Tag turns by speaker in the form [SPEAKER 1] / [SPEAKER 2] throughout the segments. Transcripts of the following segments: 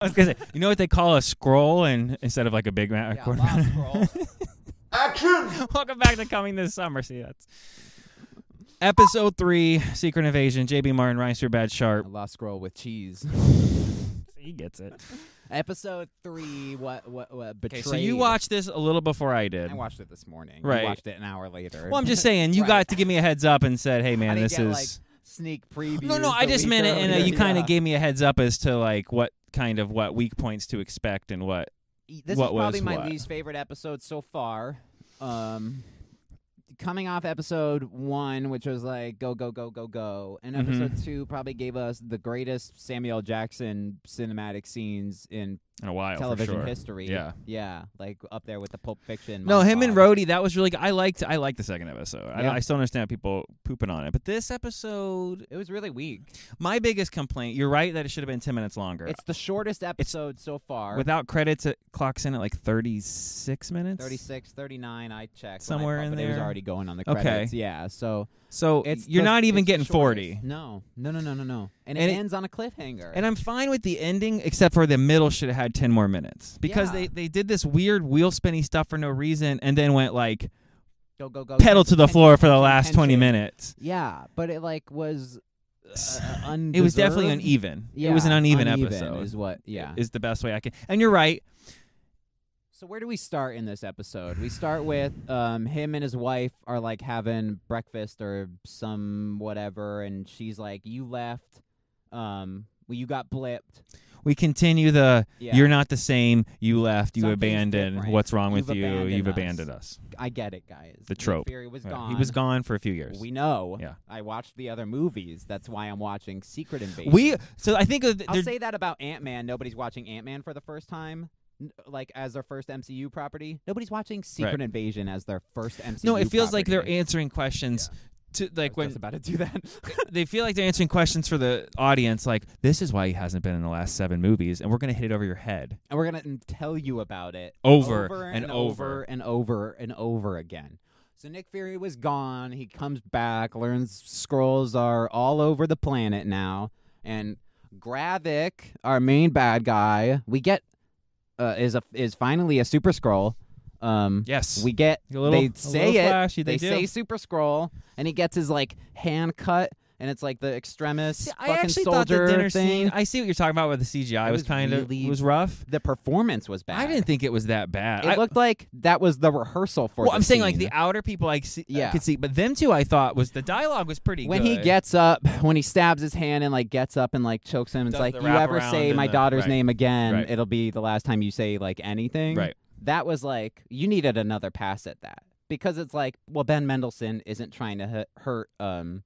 [SPEAKER 1] I was gonna say, you know what they call a scroll, and instead of like a big man, a
[SPEAKER 2] Yeah,
[SPEAKER 1] quarter
[SPEAKER 2] lob
[SPEAKER 1] mountain?
[SPEAKER 2] scroll.
[SPEAKER 1] Welcome back to coming this summer. See that's episode three, Secret Invasion. JB Martin, Reiser, Bad
[SPEAKER 2] A
[SPEAKER 1] Sharp.
[SPEAKER 2] lost scroll with cheese. Oh,
[SPEAKER 1] He gets it.
[SPEAKER 2] Episode three. What? What? What?
[SPEAKER 1] Okay,
[SPEAKER 2] Betrayed.
[SPEAKER 1] so you watched this a little before I did.
[SPEAKER 2] I watched it this morning. You
[SPEAKER 1] Right.
[SPEAKER 2] watched it an hour later.
[SPEAKER 1] Well, I'm just saying you
[SPEAKER 2] Right.
[SPEAKER 1] got to give me a heads up and said, "Hey,
[SPEAKER 2] I
[SPEAKER 1] man,
[SPEAKER 2] didn't
[SPEAKER 1] this
[SPEAKER 2] get,
[SPEAKER 1] is."
[SPEAKER 2] like, sneak preview.
[SPEAKER 1] no, no, I just meant it, and uh, you kind of
[SPEAKER 2] yeah.
[SPEAKER 1] gave me a heads up as to like what kind of what weak points to expect and what.
[SPEAKER 2] E, This
[SPEAKER 1] what
[SPEAKER 2] is probably
[SPEAKER 1] was
[SPEAKER 2] my
[SPEAKER 1] what.
[SPEAKER 2] least favorite episode so far. Um, coming off episode one, which was like go go go go go, and
[SPEAKER 1] Mhm.
[SPEAKER 2] episode two probably gave us the greatest Samuel Jackson cinematic scenes in
[SPEAKER 1] In a while, Oh, for
[SPEAKER 2] television
[SPEAKER 1] sure.
[SPEAKER 2] history.
[SPEAKER 1] Yeah.
[SPEAKER 2] yeah, like up there with the Pulp Fiction.
[SPEAKER 1] No, him and
[SPEAKER 2] montage.
[SPEAKER 1] Rhodey, that was really. Good. I liked. I liked the second episode.
[SPEAKER 2] Yeah.
[SPEAKER 1] I, I still understand people pooping on it, but this episode,
[SPEAKER 2] It was really weak.
[SPEAKER 1] my biggest complaint. You're right that it should have been ten minutes longer.
[SPEAKER 2] It's the shortest episode so far.
[SPEAKER 1] Without credits, it clocks in at like 36 minutes.
[SPEAKER 2] 36, 39 I checked. when I
[SPEAKER 1] Somewhere
[SPEAKER 2] thought-
[SPEAKER 1] in
[SPEAKER 2] but It was
[SPEAKER 1] there.
[SPEAKER 2] already going on the
[SPEAKER 1] Okay.
[SPEAKER 2] credits. Yeah, so
[SPEAKER 1] So
[SPEAKER 2] it's
[SPEAKER 1] you're
[SPEAKER 2] the-
[SPEAKER 1] not even
[SPEAKER 2] it's the
[SPEAKER 1] getting 40.
[SPEAKER 2] shortest. No, no, no, no, no, no.
[SPEAKER 1] And
[SPEAKER 2] And, it,
[SPEAKER 1] it-
[SPEAKER 2] ends on a cliffhanger.
[SPEAKER 1] And I'm fine with the ending, except for the middle should have had 10 more minutes because
[SPEAKER 2] Yeah.
[SPEAKER 1] they, they did this weird wheel spinny stuff for no reason and then went like
[SPEAKER 2] Oh, go go go.
[SPEAKER 1] pedal to the
[SPEAKER 2] tension,
[SPEAKER 1] floor for the
[SPEAKER 2] tension,
[SPEAKER 1] last 20
[SPEAKER 2] tension.
[SPEAKER 1] minutes.
[SPEAKER 2] Yeah, but it like was. Uh,
[SPEAKER 1] It was definitely
[SPEAKER 2] undeserved.
[SPEAKER 1] uneven.
[SPEAKER 2] Yeah,
[SPEAKER 1] it was an uneven,
[SPEAKER 2] uneven
[SPEAKER 1] episode.
[SPEAKER 2] Is what? Yeah.
[SPEAKER 1] Is the best way I can. And you're right.
[SPEAKER 2] so where do we start in this episode? We start with um, him and his wife are like having breakfast or some whatever, and she's like, "You left. Um, well, you got blipped.
[SPEAKER 1] We continue the
[SPEAKER 2] Yeah,
[SPEAKER 1] you're not the same, you left, you
[SPEAKER 2] Something's
[SPEAKER 1] abandoned,
[SPEAKER 2] different.
[SPEAKER 1] what's wrong with
[SPEAKER 2] You've
[SPEAKER 1] you,
[SPEAKER 2] abandoned
[SPEAKER 1] you've
[SPEAKER 2] us."
[SPEAKER 1] abandoned us.
[SPEAKER 2] I get it, guys.
[SPEAKER 1] The
[SPEAKER 2] Nick
[SPEAKER 1] trope.
[SPEAKER 2] Fury was
[SPEAKER 1] Yeah,
[SPEAKER 2] gone.
[SPEAKER 1] He was gone for a few years.
[SPEAKER 2] We know.
[SPEAKER 1] Yeah.
[SPEAKER 2] I watched the other movies. That's why I'm watching Secret Invasion.
[SPEAKER 1] We so I think that
[SPEAKER 2] I'll
[SPEAKER 1] they're-
[SPEAKER 2] say that about Ant Man. Nobody's watching Ant Man for the first time, n- like as their first MCU property. Nobody's watching Secret
[SPEAKER 1] Right.
[SPEAKER 2] Invasion as their first MCU.
[SPEAKER 1] no, it feels like they're
[SPEAKER 2] property.
[SPEAKER 1] answering questions to
[SPEAKER 2] I was
[SPEAKER 1] like
[SPEAKER 2] just
[SPEAKER 1] when
[SPEAKER 2] about to do that.
[SPEAKER 1] they feel like they're answering questions for the audience. Like this is why he hasn't been in the last seven movies, and we're gonna hit it over your head
[SPEAKER 2] and we're gonna n- tell you about it
[SPEAKER 1] over,
[SPEAKER 2] and, over and over and over again. So Nick Fury was gone. He comes back, learns scrolls are all over the planet now, and Gravik, our main bad guy, we get uh, is a is finally a super scroll. Um,
[SPEAKER 1] Yes,
[SPEAKER 2] we get
[SPEAKER 1] a little,
[SPEAKER 2] they
[SPEAKER 1] a
[SPEAKER 2] say
[SPEAKER 1] little
[SPEAKER 2] it.
[SPEAKER 1] flashy,
[SPEAKER 2] they,
[SPEAKER 1] they, do.
[SPEAKER 2] say Super Scroll, and he gets his like hand cut, and it's like the extremist
[SPEAKER 1] See, I
[SPEAKER 2] fucking
[SPEAKER 1] actually thought the
[SPEAKER 2] soldier
[SPEAKER 1] dinner
[SPEAKER 2] thing.
[SPEAKER 1] scene. I see what you're talking about with the CGI
[SPEAKER 2] It
[SPEAKER 1] was,
[SPEAKER 2] was
[SPEAKER 1] kind
[SPEAKER 2] really
[SPEAKER 1] of was rough.
[SPEAKER 2] the performance was bad.
[SPEAKER 1] I didn't think it was that bad.
[SPEAKER 2] It
[SPEAKER 1] I,
[SPEAKER 2] looked like that was the rehearsal for.
[SPEAKER 1] well,
[SPEAKER 2] the
[SPEAKER 1] I'm saying like the
[SPEAKER 2] scene.
[SPEAKER 1] outer people I see, I
[SPEAKER 2] Yeah.
[SPEAKER 1] could see, but them two I thought was the dialogue was pretty.
[SPEAKER 2] when
[SPEAKER 1] good.
[SPEAKER 2] he gets up, when he stabs his hand and like gets up and like chokes him, it's
[SPEAKER 1] Does
[SPEAKER 2] like
[SPEAKER 1] the
[SPEAKER 2] you ever
[SPEAKER 1] wraparound
[SPEAKER 2] say
[SPEAKER 1] and
[SPEAKER 2] my
[SPEAKER 1] the-
[SPEAKER 2] daughter's
[SPEAKER 1] right.
[SPEAKER 2] name again,
[SPEAKER 1] Right.
[SPEAKER 2] it'll be the last time you say like anything.
[SPEAKER 1] Right.
[SPEAKER 2] That was like you needed another pass at that because it's like well Ben Mendelsohn isn't trying to hu- hurt um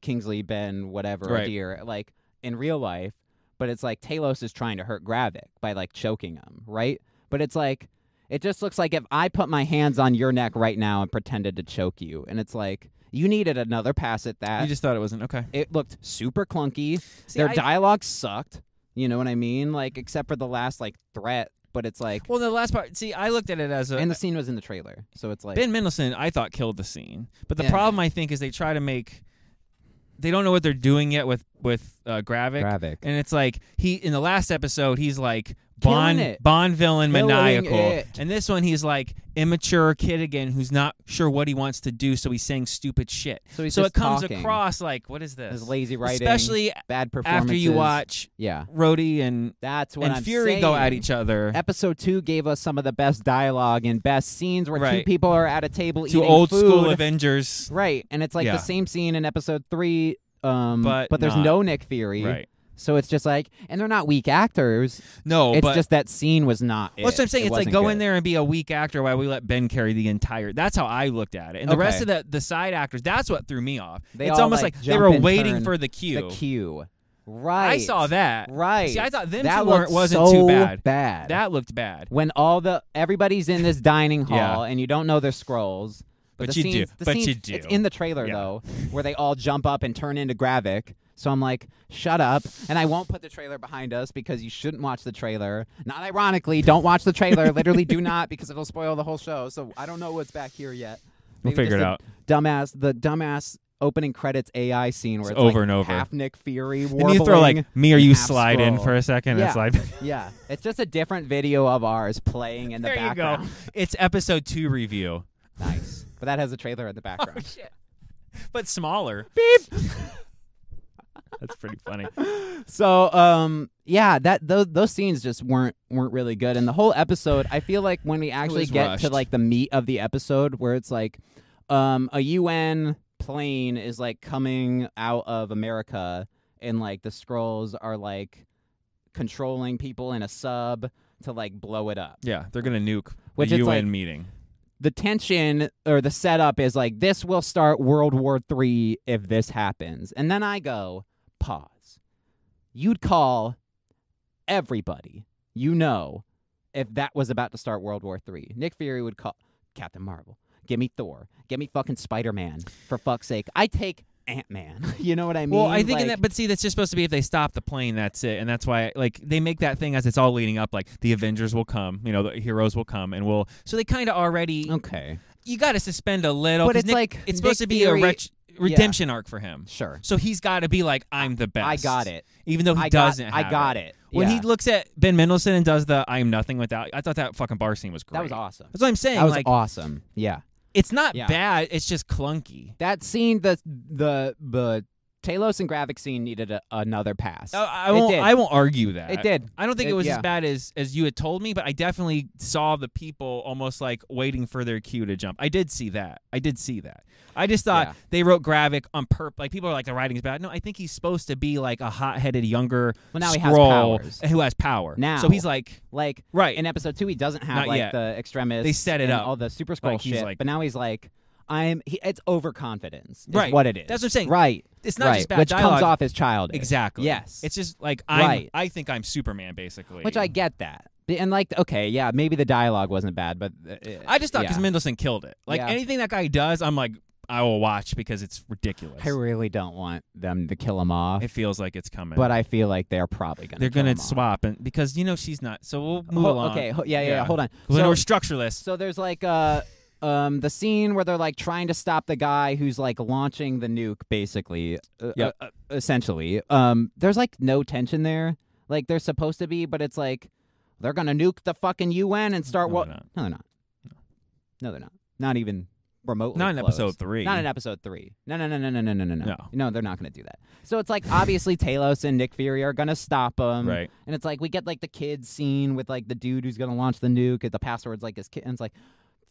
[SPEAKER 2] Kingsley Ben whatever
[SPEAKER 1] Right.
[SPEAKER 2] dear like in real life, but it's like Talos is trying to hurt Gravik by like choking him, right? But it's like it just looks like if I put my hands on your neck right now and pretended to choke you, and it's like you needed another pass at that.
[SPEAKER 1] you just thought it wasn't okay.
[SPEAKER 2] It looked super clunky.
[SPEAKER 1] See,
[SPEAKER 2] Their
[SPEAKER 1] I-
[SPEAKER 2] dialogue sucked. You know what I mean? Like except for the last like threat, but it's like
[SPEAKER 1] Well, the last part. See, I looked at it as a
[SPEAKER 2] and the scene was in the trailer, so it's like
[SPEAKER 1] Ben Mendelsohn. I thought killed the scene, but the
[SPEAKER 2] Yeah.
[SPEAKER 1] problem I think is they try to make. They don't know what they're doing yet with with uh, Gravik,
[SPEAKER 2] graphic.
[SPEAKER 1] and it's like he in the last episode he's like
[SPEAKER 2] Killing
[SPEAKER 1] Bond
[SPEAKER 2] it.
[SPEAKER 1] Bond villain
[SPEAKER 2] Killing
[SPEAKER 1] maniacal,
[SPEAKER 2] it.
[SPEAKER 1] and this one he's like immature kid again who's not sure what he wants to do, so he's saying stupid shit.
[SPEAKER 2] So he's
[SPEAKER 1] so
[SPEAKER 2] just
[SPEAKER 1] it comes
[SPEAKER 2] talking.
[SPEAKER 1] across like what is this?
[SPEAKER 2] his lazy writing,
[SPEAKER 1] Especially
[SPEAKER 2] bad performances.
[SPEAKER 1] after you watch
[SPEAKER 2] yeah,
[SPEAKER 1] Rhodey and
[SPEAKER 2] that's what
[SPEAKER 1] and
[SPEAKER 2] I'm
[SPEAKER 1] Fury go
[SPEAKER 2] saying.
[SPEAKER 1] at each other.
[SPEAKER 2] Episode two gave us some of the best dialogue and best scenes where two
[SPEAKER 1] Right.
[SPEAKER 2] people are at a table
[SPEAKER 1] to
[SPEAKER 2] eating
[SPEAKER 1] old
[SPEAKER 2] food.
[SPEAKER 1] school Avengers,
[SPEAKER 2] Right, and it's like
[SPEAKER 1] Yeah.
[SPEAKER 2] the same scene in episode three, um,
[SPEAKER 1] But
[SPEAKER 2] there's
[SPEAKER 1] not.
[SPEAKER 2] no Nick Fury,
[SPEAKER 1] right?
[SPEAKER 2] so it's just like, and they're not weak actors.
[SPEAKER 1] No,
[SPEAKER 2] it's
[SPEAKER 1] Oh, but
[SPEAKER 2] just that scene was not.
[SPEAKER 1] Well, that's what
[SPEAKER 2] it.
[SPEAKER 1] I'm saying.
[SPEAKER 2] It
[SPEAKER 1] it's like
[SPEAKER 2] wasn't
[SPEAKER 1] go
[SPEAKER 2] good.
[SPEAKER 1] in there and be a weak actor while we let Ben carry the entire. That's how I looked at it. And the rest
[SPEAKER 2] Okay.
[SPEAKER 1] of the the side actors, that's what threw me off.
[SPEAKER 2] They
[SPEAKER 1] it's
[SPEAKER 2] all,
[SPEAKER 1] almost
[SPEAKER 2] like,
[SPEAKER 1] like, they
[SPEAKER 2] jump
[SPEAKER 1] were
[SPEAKER 2] and
[SPEAKER 1] waiting
[SPEAKER 2] turn
[SPEAKER 1] for the cue.
[SPEAKER 2] The cue, right?
[SPEAKER 1] I saw that.
[SPEAKER 2] Right.
[SPEAKER 1] See, I thought them
[SPEAKER 2] that
[SPEAKER 1] two weren't
[SPEAKER 2] looked
[SPEAKER 1] wasn't
[SPEAKER 2] so
[SPEAKER 1] too bad.
[SPEAKER 2] Bad.
[SPEAKER 1] That looked bad.
[SPEAKER 2] when all the everybody's in this dining
[SPEAKER 1] Yeah.
[SPEAKER 2] hall and you don't know their scrolls.
[SPEAKER 1] But
[SPEAKER 2] the
[SPEAKER 1] you do.
[SPEAKER 2] scenes- the
[SPEAKER 1] But
[SPEAKER 2] scenes-
[SPEAKER 1] you do.
[SPEAKER 2] It's in the trailer
[SPEAKER 1] Yeah.
[SPEAKER 2] though, where they all jump up and turn into Gravik. So I'm like, shut up, and I won't put the trailer behind us because you shouldn't watch the trailer. Not ironically, don't watch the trailer. Literally, do not because it'll spoil the whole show. So I don't know what's back here yet.
[SPEAKER 1] We'll
[SPEAKER 2] Maybe
[SPEAKER 1] figure
[SPEAKER 2] just
[SPEAKER 1] it
[SPEAKER 2] a
[SPEAKER 1] out.
[SPEAKER 2] Dumbass, the dumbass opening credits AI scene
[SPEAKER 1] It's
[SPEAKER 2] where it's, like
[SPEAKER 1] over and over.
[SPEAKER 2] half Nick Fury
[SPEAKER 1] And
[SPEAKER 2] warbling.
[SPEAKER 1] you throw like me or you
[SPEAKER 2] half
[SPEAKER 1] slide in
[SPEAKER 2] scroll.
[SPEAKER 1] for a second. It's
[SPEAKER 2] Yeah.
[SPEAKER 1] like
[SPEAKER 2] yeah, it's just a different video of ours playing in the
[SPEAKER 1] there you go.
[SPEAKER 2] background.
[SPEAKER 1] It's episode two review,
[SPEAKER 2] Nice, but that has a trailer in
[SPEAKER 1] Oh,
[SPEAKER 2] the background.
[SPEAKER 1] but smaller.
[SPEAKER 2] Beep.
[SPEAKER 1] That's pretty funny.
[SPEAKER 2] So, um, yeah, that those those scenes just weren't weren't really good, and the whole episode. I feel like when we actually
[SPEAKER 1] was
[SPEAKER 2] get to
[SPEAKER 1] rushed.
[SPEAKER 2] like the meat of the episode, where it's like, um, a UN plane is like coming out of America, and like the scrolls are like controlling people in a sub to like blow it up.
[SPEAKER 1] Yeah, they're gonna nuke
[SPEAKER 2] Which
[SPEAKER 1] the UN
[SPEAKER 2] it's like-
[SPEAKER 1] meeting.
[SPEAKER 2] The tension or the setup is like this will start World War Three if this happens, and then I go pause. You'd call everybody you know if that was about to start World War Three. Nick Fury would call Captain Marvel. Give me Thor. Give me fucking Spider Man. For fuck's sake, I take Ant Man. you know what I mean?
[SPEAKER 1] well, I think in
[SPEAKER 2] Like-
[SPEAKER 1] that, but see, that's just supposed to be if they stop the plane, that's it, and that's why like they make that thing as it's all leading up, like the Avengers will come, you know, the heroes will come, and we'll. So they kind of already.
[SPEAKER 2] okay,
[SPEAKER 1] You got to suspend a little,
[SPEAKER 2] Um, But
[SPEAKER 1] 'cause
[SPEAKER 2] it's
[SPEAKER 1] Nick-
[SPEAKER 2] like
[SPEAKER 1] it's
[SPEAKER 2] Nick
[SPEAKER 1] supposed to be
[SPEAKER 2] Fury-
[SPEAKER 1] a ret- redemption arc for him.
[SPEAKER 2] sure.
[SPEAKER 1] So he's got to be like, I'm the best.
[SPEAKER 2] I got it.
[SPEAKER 1] Even though he
[SPEAKER 2] I got.
[SPEAKER 1] doesn't.
[SPEAKER 2] I
[SPEAKER 1] have
[SPEAKER 2] got it.
[SPEAKER 1] When
[SPEAKER 2] Yeah.
[SPEAKER 1] he looks at Ben Mendelsohn and does the "I am nothing without," I thought that fucking bar scene was great.
[SPEAKER 2] that was awesome.
[SPEAKER 1] That's what I'm saying.
[SPEAKER 2] That was
[SPEAKER 1] like,
[SPEAKER 2] awesome. Yeah.
[SPEAKER 1] it's not
[SPEAKER 2] Yeah.
[SPEAKER 1] bad. It's just clunky.
[SPEAKER 2] That scene, the the the Talos and graphic scene needed a, another pass.
[SPEAKER 1] I, Oh, I
[SPEAKER 2] It
[SPEAKER 1] won't.
[SPEAKER 2] did.
[SPEAKER 1] I won't argue that.
[SPEAKER 2] It did.
[SPEAKER 1] I don't think it,
[SPEAKER 2] It-
[SPEAKER 1] was
[SPEAKER 2] yeah.
[SPEAKER 1] as bad as as you had told me, but I definitely saw the people almost like waiting for their cue to jump. I did see that. I did see that. I just thought
[SPEAKER 2] Yeah.
[SPEAKER 1] they wrote Gravik on purpose. Like people are like the writing's bad. No, I think he's supposed to be like a hot-headed younger
[SPEAKER 2] Well, now he has
[SPEAKER 1] scroll
[SPEAKER 2] powers.
[SPEAKER 1] who has power.
[SPEAKER 2] Now.
[SPEAKER 1] so he's like
[SPEAKER 2] Like
[SPEAKER 1] right.
[SPEAKER 2] in episode two, he doesn't have
[SPEAKER 1] Not
[SPEAKER 2] like
[SPEAKER 1] yet.
[SPEAKER 2] the extremists.
[SPEAKER 1] They set it
[SPEAKER 2] and
[SPEAKER 1] up.
[SPEAKER 2] all the super scroll
[SPEAKER 1] Like, he's
[SPEAKER 2] shit.
[SPEAKER 1] like-
[SPEAKER 2] but now he's like, I'm. He, it's overconfidence. Is
[SPEAKER 1] Right.
[SPEAKER 2] What it is.
[SPEAKER 1] That's what I'm saying.
[SPEAKER 2] Right.
[SPEAKER 1] it's not
[SPEAKER 2] right.
[SPEAKER 1] just bad
[SPEAKER 2] Which
[SPEAKER 1] dialogue.
[SPEAKER 2] comes off as childish.
[SPEAKER 1] exactly.
[SPEAKER 2] Yes.
[SPEAKER 1] It's just like I'm.
[SPEAKER 2] Right.
[SPEAKER 1] I think I'm Superman basically.
[SPEAKER 2] Which I get that. And like, okay, yeah, maybe the dialogue wasn't bad, but uh,
[SPEAKER 1] I just thought
[SPEAKER 2] yeah.
[SPEAKER 1] because Mendelsohn killed it. Like
[SPEAKER 2] Yeah.
[SPEAKER 1] anything that guy does, I'm like I will watch because it's ridiculous.
[SPEAKER 2] I really don't want them to kill him off.
[SPEAKER 1] It feels like it's coming.
[SPEAKER 2] but I feel like they're probably gonna.
[SPEAKER 1] they're
[SPEAKER 2] kill
[SPEAKER 1] gonna
[SPEAKER 2] him off.
[SPEAKER 1] swap and because you know she's not. So we'll move
[SPEAKER 2] Ho-
[SPEAKER 1] along.
[SPEAKER 2] Okay. ho- Yeah, yeah.
[SPEAKER 1] Yeah.
[SPEAKER 2] Yeah. Hold on.
[SPEAKER 1] When
[SPEAKER 2] So-
[SPEAKER 1] we're structureless.
[SPEAKER 2] So there's like uh um the scene where they're like trying to stop the guy who's like launching the nuke basically uh,
[SPEAKER 1] Yep.
[SPEAKER 2] uh, uh, essentially. Um there's like no tension there. Like there's supposed to be but it's like they're going to nuke the fucking UN and start
[SPEAKER 1] No,
[SPEAKER 2] what
[SPEAKER 1] they're not.
[SPEAKER 2] No, they're not. No, they're not. Not even remotely
[SPEAKER 1] Not in
[SPEAKER 2] close.
[SPEAKER 1] episode three.
[SPEAKER 2] Not in episode three. No, no, no, no, no, no, no, no, no.
[SPEAKER 1] No.
[SPEAKER 2] No, they're not going to do that. So it's like obviously Talos and Nick Fury are going to stop them.
[SPEAKER 1] Right.
[SPEAKER 2] And it's like we get like the kids scene with like the dude who's going to launch the nuke. And the password's like his kid. And it's like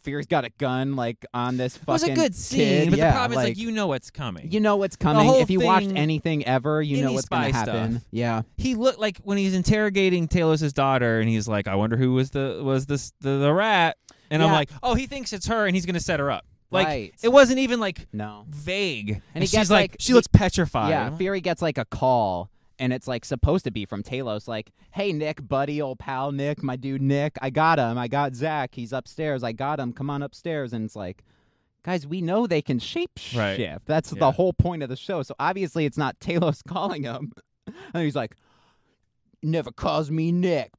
[SPEAKER 2] Fury's got a gun like on this
[SPEAKER 1] It was
[SPEAKER 2] fucking.
[SPEAKER 1] a good scene,
[SPEAKER 2] kid.
[SPEAKER 1] but
[SPEAKER 2] Yeah,
[SPEAKER 1] the problem is like you know what's coming.
[SPEAKER 2] You know what's coming.
[SPEAKER 1] whole
[SPEAKER 2] If you watched
[SPEAKER 1] thing-
[SPEAKER 2] anything ever, you know
[SPEAKER 1] any
[SPEAKER 2] what's going to
[SPEAKER 1] spy stuff.
[SPEAKER 2] happen. Yeah.
[SPEAKER 1] he looked like when he's interrogating Talos' daughter, and he's like, "I wonder who was the was this the, the rat," and I'm
[SPEAKER 2] Yeah.
[SPEAKER 1] like, "Oh, he thinks it's her, and he's gonna set her up." Like
[SPEAKER 2] Right.
[SPEAKER 1] it wasn't even like
[SPEAKER 2] No.
[SPEAKER 1] vague, and,
[SPEAKER 2] he
[SPEAKER 1] she's
[SPEAKER 2] gets,
[SPEAKER 1] like,
[SPEAKER 2] like-
[SPEAKER 1] she looks petrified.
[SPEAKER 2] Yeah,
[SPEAKER 1] I'm like,
[SPEAKER 2] Fury gets like a call, and it's like supposed to be from Talos, like, "Hey Nick, buddy, old pal Nick, my dude Nick, I got him, I got Zach, he's upstairs, I got him, come on upstairs." And it's like, guys, we know they can shape shift.
[SPEAKER 1] Right.
[SPEAKER 2] That's
[SPEAKER 1] Yeah.
[SPEAKER 2] the whole point of the show. So obviously, it's not Talos calling him, and he's like, "Never calls me Nick,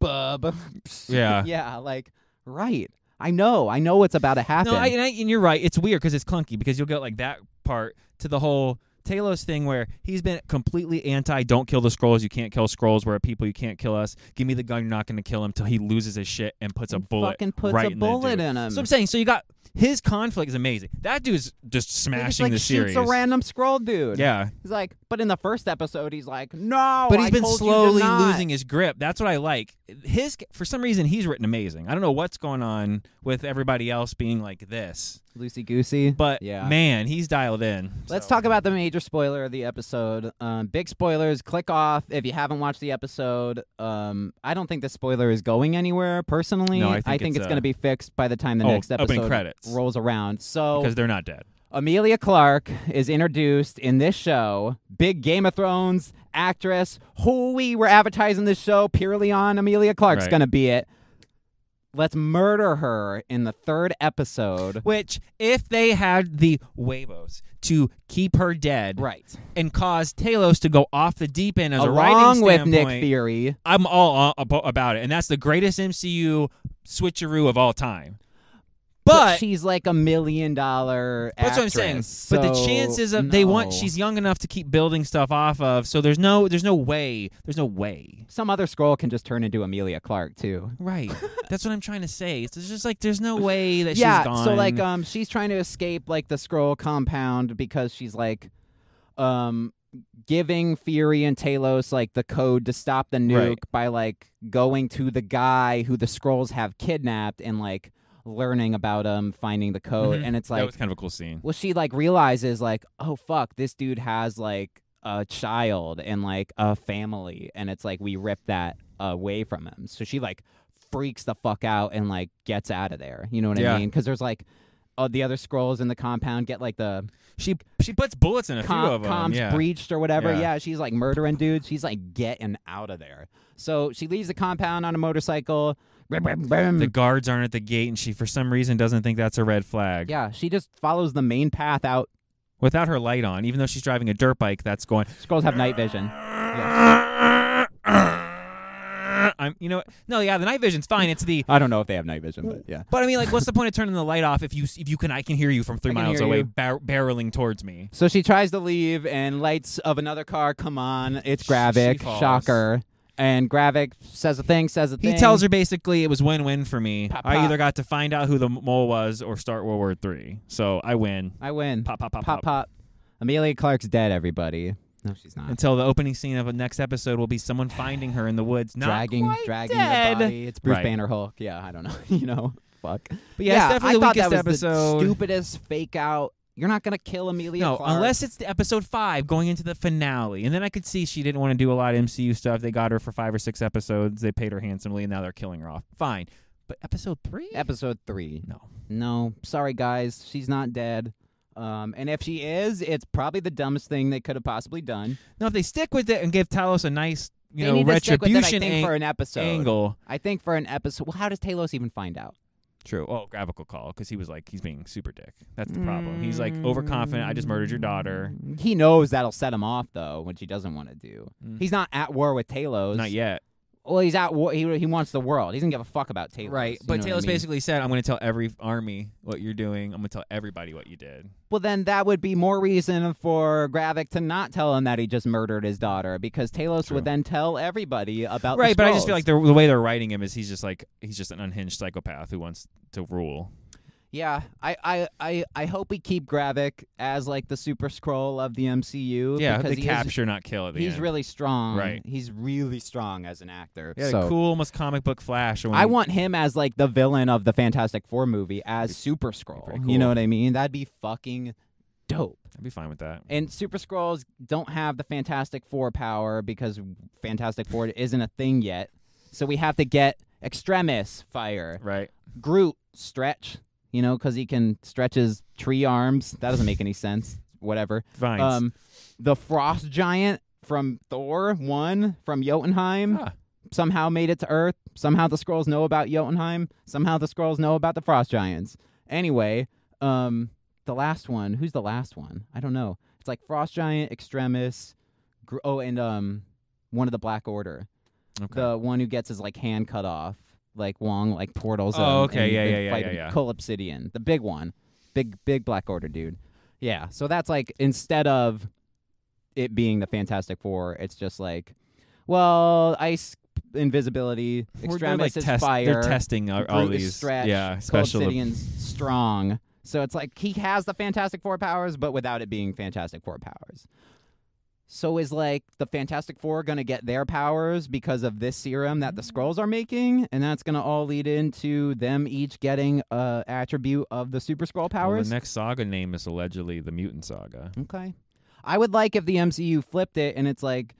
[SPEAKER 2] bub."
[SPEAKER 1] Yeah.
[SPEAKER 2] yeah, like right. I know, I know what's about to happen.
[SPEAKER 1] No, I, and, I, and you're right. It's weird because it's clunky because you'll get like that part to the whole Talos thing where he's been completely anti don't kill the scrolls, you can't kill scrolls, we're a people, you can't kill us. Give me the gun, you're not going to kill him till he loses his shit and puts
[SPEAKER 2] And
[SPEAKER 1] a bullet
[SPEAKER 2] fucking puts
[SPEAKER 1] right
[SPEAKER 2] a
[SPEAKER 1] in the
[SPEAKER 2] bullet
[SPEAKER 1] dude.
[SPEAKER 2] in him.
[SPEAKER 1] So I'm saying, so you got his conflict is amazing. That dude's just
[SPEAKER 2] He
[SPEAKER 1] smashing
[SPEAKER 2] just, like,
[SPEAKER 1] the
[SPEAKER 2] shoots
[SPEAKER 1] series.
[SPEAKER 2] a random scroll dude.
[SPEAKER 1] yeah,
[SPEAKER 2] He's like, but in the first episode, he's like, no.
[SPEAKER 1] but he's
[SPEAKER 2] Oh, I
[SPEAKER 1] been
[SPEAKER 2] told you to
[SPEAKER 1] slowly
[SPEAKER 2] not."
[SPEAKER 1] losing his grip. That's what I like. His for some reason he's written amazing. I don't know what's going on with everybody else being like this,
[SPEAKER 2] Loosey goosey.
[SPEAKER 1] but
[SPEAKER 2] yeah.
[SPEAKER 1] man, he's dialed in.
[SPEAKER 2] Let's
[SPEAKER 1] so.
[SPEAKER 2] talk about the major spoiler of the episode. Um, big spoilers. Click off if you haven't watched the episode. Um, I don't think the spoiler is going anywhere personally.
[SPEAKER 1] No, I think it's,
[SPEAKER 2] it's, going
[SPEAKER 1] uh,
[SPEAKER 2] to be fixed by the time the
[SPEAKER 1] oh,
[SPEAKER 2] next
[SPEAKER 1] opening
[SPEAKER 2] episode
[SPEAKER 1] credits.
[SPEAKER 2] rolls around. So
[SPEAKER 1] because they're not dead.
[SPEAKER 2] Amelia Clark is introduced in this show, big Game of Thrones actress, who we were advertising this show purely on. Amelia Clark's
[SPEAKER 1] Right.
[SPEAKER 2] gonna be it. Let's murder her in the third episode.
[SPEAKER 1] Which, if they had the huevos to keep her dead
[SPEAKER 2] Right.
[SPEAKER 1] and cause Talos to go off the deep end as a
[SPEAKER 2] Along
[SPEAKER 1] writing
[SPEAKER 2] with Nick
[SPEAKER 1] standpoint,
[SPEAKER 2] Fury.
[SPEAKER 1] I'm uh, all a- abo- about it, and that's the greatest MCU switcheroo of all time. But
[SPEAKER 2] she's like a million dollar.
[SPEAKER 1] That's what I'm saying.
[SPEAKER 2] actress,
[SPEAKER 1] but the
[SPEAKER 2] so
[SPEAKER 1] chances of they want
[SPEAKER 2] no.
[SPEAKER 1] she's young enough to keep building stuff off of, so there's no there's no way. There's no way.
[SPEAKER 2] some other scroll can just turn into Amelia Clark too.
[SPEAKER 1] Right. That's what I'm trying to say. It's just like there's no way that
[SPEAKER 2] yeah,
[SPEAKER 1] she's gone.
[SPEAKER 2] so like um she's trying to escape like the scroll compound because she's like um giving Fury and Talos like the code to stop the nuke
[SPEAKER 1] Right.
[SPEAKER 2] by like going to the guy who the scrolls have kidnapped and like learning about him, finding the code
[SPEAKER 1] Mhm.
[SPEAKER 2] and it's
[SPEAKER 1] that
[SPEAKER 2] like
[SPEAKER 1] was kind of a cool scene.
[SPEAKER 2] well she like realizes like oh fuck this dude has like a child and like a family and it's like we rip that away from him so she like freaks the fuck out and like gets out of there you know what
[SPEAKER 1] Yeah.
[SPEAKER 2] i mean because there's like oh the other scrolls in the compound get like the
[SPEAKER 1] She she puts bullets in a few of
[SPEAKER 2] com-
[SPEAKER 1] them.
[SPEAKER 2] comms
[SPEAKER 1] yeah.
[SPEAKER 2] breached or whatever
[SPEAKER 1] Yeah.
[SPEAKER 2] yeah. she's like murdering dudes she's like getting out of there so she leaves the compound on a motorcycle Brum, brum, brum.
[SPEAKER 1] the guards aren't at the gate, and she for some reason doesn't think that's a red flag.
[SPEAKER 2] yeah she just follows the main path out
[SPEAKER 1] Without her light on, even though she's driving a dirt bike, that's going.
[SPEAKER 2] scrolls have night vision
[SPEAKER 1] I'm you know what? no yeah the night vision's fine. It's the
[SPEAKER 2] i don't know if they have night vision but yeah
[SPEAKER 1] But I mean, like, what's the point of turning the light off if you if you can I can hear you from three
[SPEAKER 2] I can
[SPEAKER 1] miles
[SPEAKER 2] hear
[SPEAKER 1] away
[SPEAKER 2] you.
[SPEAKER 1] bar- barreling towards me?
[SPEAKER 2] So she tries to leave, and lights of another car come on. It's
[SPEAKER 1] She
[SPEAKER 2] Gravik,
[SPEAKER 1] falls.
[SPEAKER 2] shocker. And Gravik says a thing, says a
[SPEAKER 1] He
[SPEAKER 2] thing.
[SPEAKER 1] tells her basically it was win win for me.
[SPEAKER 2] Pop,
[SPEAKER 1] I
[SPEAKER 2] pop.
[SPEAKER 1] either got to find out who the mole was or start World War Three, so I win.
[SPEAKER 2] I win.
[SPEAKER 1] Pop pop pop pop.
[SPEAKER 2] pop, pop. Amelia Clark's dead, everybody. No, she's not.
[SPEAKER 1] Until the opening scene of the next episode will be someone finding her in the woods, not
[SPEAKER 2] dragging,
[SPEAKER 1] quite
[SPEAKER 2] dragging
[SPEAKER 1] dead.
[SPEAKER 2] the body. It's Bruce
[SPEAKER 1] Right.
[SPEAKER 2] Banner Hulk. Yeah, I don't know. you know, fuck.
[SPEAKER 1] But yeah, it's definitely
[SPEAKER 2] I
[SPEAKER 1] the
[SPEAKER 2] thought
[SPEAKER 1] weakest
[SPEAKER 2] that was
[SPEAKER 1] episode.
[SPEAKER 2] The stupidest fake out. You're not gonna kill Amelia
[SPEAKER 1] no,
[SPEAKER 2] Clark.
[SPEAKER 1] unless it's the episode five going into the finale, and then I could see she didn't want to do a lot of MCU stuff. They got her for five or six episodes. They paid her handsomely, and now they're killing her off. Fine, but episode three,
[SPEAKER 2] episode three.
[SPEAKER 1] no.
[SPEAKER 2] No, sorry guys, she's not dead. Um, and if she is, it's probably the dumbest thing they could have possibly done.
[SPEAKER 1] No, if they stick with it and give Talos a nice, you
[SPEAKER 2] They
[SPEAKER 1] know,
[SPEAKER 2] need to stick with it,
[SPEAKER 1] retribution
[SPEAKER 2] I think,
[SPEAKER 1] ang-
[SPEAKER 2] for an episode.
[SPEAKER 1] angle.
[SPEAKER 2] I think for an episode. Well, how does Talos even find out?
[SPEAKER 1] True. Oh, gravical call because he was like he's being super dick. That's the problem. He's like overconfident. I just murdered your daughter.
[SPEAKER 2] Mm, He knows that'll set him off though, which he doesn't want to do.
[SPEAKER 1] Mm.
[SPEAKER 2] He's not at war with Talos.
[SPEAKER 1] Not yet.
[SPEAKER 2] Well, he's at war. He, he wants the world. He doesn't give a fuck about Talos. you
[SPEAKER 1] But
[SPEAKER 2] know what I
[SPEAKER 1] Talos
[SPEAKER 2] mean?
[SPEAKER 1] basically said, "I'm going to tell every army what you're doing. I'm going to tell everybody what you did."
[SPEAKER 2] Well, then that would be more reason for Gravik to not tell him that he just murdered his daughter because Talos
[SPEAKER 1] True.
[SPEAKER 2] would then tell everybody about. the
[SPEAKER 1] right. But I just feel
[SPEAKER 2] Skrulls.
[SPEAKER 1] like the, the way they're writing him is he's just like he's just an unhinged psychopath who wants to rule.
[SPEAKER 2] Yeah, I, I, I, I hope we keep Gravik as like the super scroll of the MCU.
[SPEAKER 1] yeah.
[SPEAKER 2] because
[SPEAKER 1] They
[SPEAKER 2] he is-
[SPEAKER 1] capture, not kill. At the
[SPEAKER 2] he's
[SPEAKER 1] end.
[SPEAKER 2] really strong.
[SPEAKER 1] Right.
[SPEAKER 2] He's really strong as an actor.
[SPEAKER 1] yeah,
[SPEAKER 2] so
[SPEAKER 1] cool, almost comic book Flash. and when
[SPEAKER 2] I
[SPEAKER 1] he-
[SPEAKER 2] want him as like the villain of the Fantastic Four movie as Super Scroll.
[SPEAKER 1] pretty
[SPEAKER 2] You
[SPEAKER 1] cool.
[SPEAKER 2] know what I mean? That'd be fucking dope.
[SPEAKER 1] I'd be fine with that.
[SPEAKER 2] And Super Scrolls don't have the Fantastic Four power because Fantastic Four isn't a thing yet. So we have to get Extremis fire.
[SPEAKER 1] Right.
[SPEAKER 2] Groot stretch, you know, because he can stretch his tree arms. That doesn't make any sense. Whatever.
[SPEAKER 1] Fine.
[SPEAKER 2] Um, the frost giant from Thor one from Jotunheim
[SPEAKER 1] Ah.
[SPEAKER 2] somehow made it to Earth. Somehow the scrolls know about Jotunheim. Somehow the scrolls know about the frost giants. Anyway, um, the last one. Who's the last one? I don't know. It's like frost giant, extremis. Gr- oh, and um, one of the Black Order.
[SPEAKER 1] okay.
[SPEAKER 2] The one who gets his like hand cut off, like Wong, like portals.
[SPEAKER 1] Oh,
[SPEAKER 2] him
[SPEAKER 1] okay.
[SPEAKER 2] and
[SPEAKER 1] Yeah,
[SPEAKER 2] they
[SPEAKER 1] yeah, yeah,
[SPEAKER 2] fight
[SPEAKER 1] yeah,
[SPEAKER 2] him.
[SPEAKER 1] yeah.
[SPEAKER 2] Cole Obsidian, the big one, big big Black Order dude. Yeah. So that's like instead of it being the Fantastic Four, it's just like, well, ice invisibility,
[SPEAKER 1] We're-
[SPEAKER 2] extremis
[SPEAKER 1] they're, like,
[SPEAKER 2] is
[SPEAKER 1] test-
[SPEAKER 2] fire,
[SPEAKER 1] They're testing our, all
[SPEAKER 2] Groot is
[SPEAKER 1] these
[SPEAKER 2] stretch,
[SPEAKER 1] yeah
[SPEAKER 2] Cole
[SPEAKER 1] special.
[SPEAKER 2] Obsidian's strong. So it's like he has the Fantastic Four powers, but without it being Fantastic Four powers. So is like the Fantastic Four gonna get their powers because of this serum that
[SPEAKER 1] Mm-hmm.
[SPEAKER 2] the Skrulls are making, and that's gonna all lead into them each getting a attribute of the Super Scroll
[SPEAKER 1] Well,
[SPEAKER 2] powers.
[SPEAKER 1] the next saga name is allegedly the Mutant Saga.
[SPEAKER 2] okay, I would like if the MCU flipped it and it's like.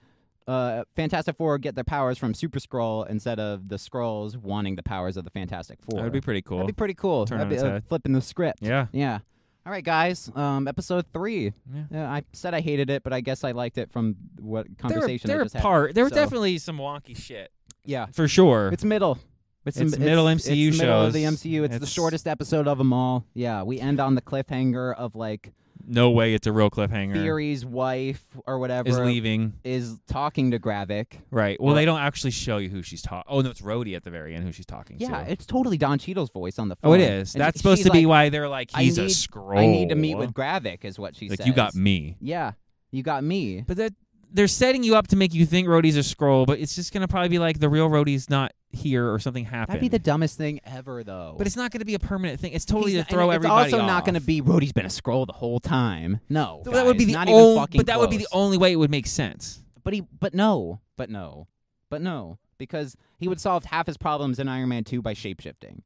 [SPEAKER 2] Uh, Fantastic Four get their powers from Super Scroll instead of the Scrolls wanting the powers of the Fantastic Four.
[SPEAKER 1] That'd be pretty cool.
[SPEAKER 2] That'd be pretty cool.
[SPEAKER 1] Turn
[SPEAKER 2] That'd
[SPEAKER 1] on
[SPEAKER 2] be,
[SPEAKER 1] its
[SPEAKER 2] uh,
[SPEAKER 1] head.
[SPEAKER 2] flipping the script.
[SPEAKER 1] yeah.
[SPEAKER 2] Yeah. All right, guys. Um, episode three.
[SPEAKER 1] Yeah.
[SPEAKER 2] Uh, I said I hated it, but I guess I liked it from what
[SPEAKER 1] There,
[SPEAKER 2] conversation I
[SPEAKER 1] there,
[SPEAKER 2] just had.
[SPEAKER 1] part, there were
[SPEAKER 2] so-
[SPEAKER 1] definitely some wonky shit
[SPEAKER 2] yeah,
[SPEAKER 1] for sure.
[SPEAKER 2] it's middle.
[SPEAKER 1] It's middle
[SPEAKER 2] it's,
[SPEAKER 1] MCU
[SPEAKER 2] it's middle of the
[SPEAKER 1] shows.
[SPEAKER 2] MCU. It's, the
[SPEAKER 1] It's-
[SPEAKER 2] shortest episode of them all. Yeah, we end on the cliffhanger of like
[SPEAKER 1] no way it's a real cliffhanger.
[SPEAKER 2] Fury's wife or whatever
[SPEAKER 1] is leaving.
[SPEAKER 2] is talking to Gravik.
[SPEAKER 1] Right. Well, they don't actually show you who she's talking. Oh no, it's Rhodey at the very end who she's talking to.
[SPEAKER 2] Yeah, it's totally Don Cheadle's voice on the phone.
[SPEAKER 1] oh, it is.
[SPEAKER 2] And
[SPEAKER 1] That's
[SPEAKER 2] she's
[SPEAKER 1] supposed to
[SPEAKER 2] like,
[SPEAKER 1] be why they're like
[SPEAKER 2] I
[SPEAKER 1] he's a
[SPEAKER 2] need-
[SPEAKER 1] scroll.
[SPEAKER 2] I need to meet with Gravik, is what she
[SPEAKER 1] like
[SPEAKER 2] says.
[SPEAKER 1] you got me.
[SPEAKER 2] Yeah, you got me.
[SPEAKER 1] But that they're setting you up to make you think Rhodey's a scroll, but it's just gonna probably be like the real Rhodey's not here or something happened.
[SPEAKER 2] That'd be the dumbest thing ever, though.
[SPEAKER 1] but it's not gonna be a permanent thing. It's totally
[SPEAKER 2] He's
[SPEAKER 1] to
[SPEAKER 2] not- and
[SPEAKER 1] throw
[SPEAKER 2] it's
[SPEAKER 1] everybody.
[SPEAKER 2] also not going to
[SPEAKER 1] off.
[SPEAKER 2] be Rhodey's been a scroll the whole time. No,
[SPEAKER 1] So that would
[SPEAKER 2] guys,
[SPEAKER 1] be the
[SPEAKER 2] not
[SPEAKER 1] only.
[SPEAKER 2] even fucking
[SPEAKER 1] but that would be the
[SPEAKER 2] close.
[SPEAKER 1] only way it would make sense.
[SPEAKER 2] But he, but no, but no, but no, because he would solve half his problems in Iron Man Two by shapeshifting,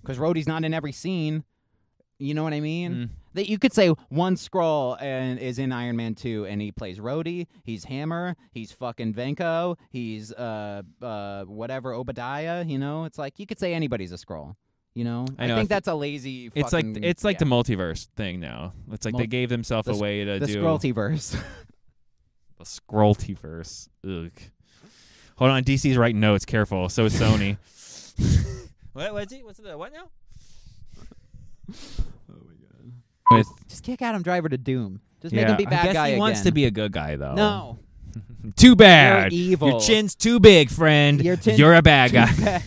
[SPEAKER 2] because Rhodey's not in every scene. You know what I mean?
[SPEAKER 1] Mm.
[SPEAKER 2] That you could say one scroll and is in Iron Man Two, and he plays Rhodey. He's Hammer. He's fucking Venko. He's uh uh whatever Obadiah. You know, it's like you could say anybody's a scroll. You know,
[SPEAKER 1] I know, I
[SPEAKER 2] think
[SPEAKER 1] thi-
[SPEAKER 2] that's a lazy.
[SPEAKER 1] It's like
[SPEAKER 2] fucking-
[SPEAKER 1] it's like
[SPEAKER 2] yeah.
[SPEAKER 1] the multiverse thing now. It's like
[SPEAKER 2] Mul-
[SPEAKER 1] they gave themselves
[SPEAKER 2] the
[SPEAKER 1] a
[SPEAKER 2] sc-
[SPEAKER 1] way to
[SPEAKER 2] the
[SPEAKER 1] do
[SPEAKER 2] Scrolltiverse.
[SPEAKER 1] the Scrolltiverse. Ugh. Hold on, DC's writing notes. Careful. So is Sony. what? What's it? What's the what now? With,
[SPEAKER 2] Just kick Adam Driver to Doom. Just make
[SPEAKER 1] yeah,
[SPEAKER 2] him be
[SPEAKER 1] I
[SPEAKER 2] bad
[SPEAKER 1] guess
[SPEAKER 2] guy
[SPEAKER 1] he wants
[SPEAKER 2] again.
[SPEAKER 1] to be a good guy though.
[SPEAKER 2] no.
[SPEAKER 1] too bad.
[SPEAKER 2] evil.
[SPEAKER 1] Your chin's too big, friend.
[SPEAKER 2] Your chin-
[SPEAKER 1] You're a bad guy.
[SPEAKER 2] Too bad.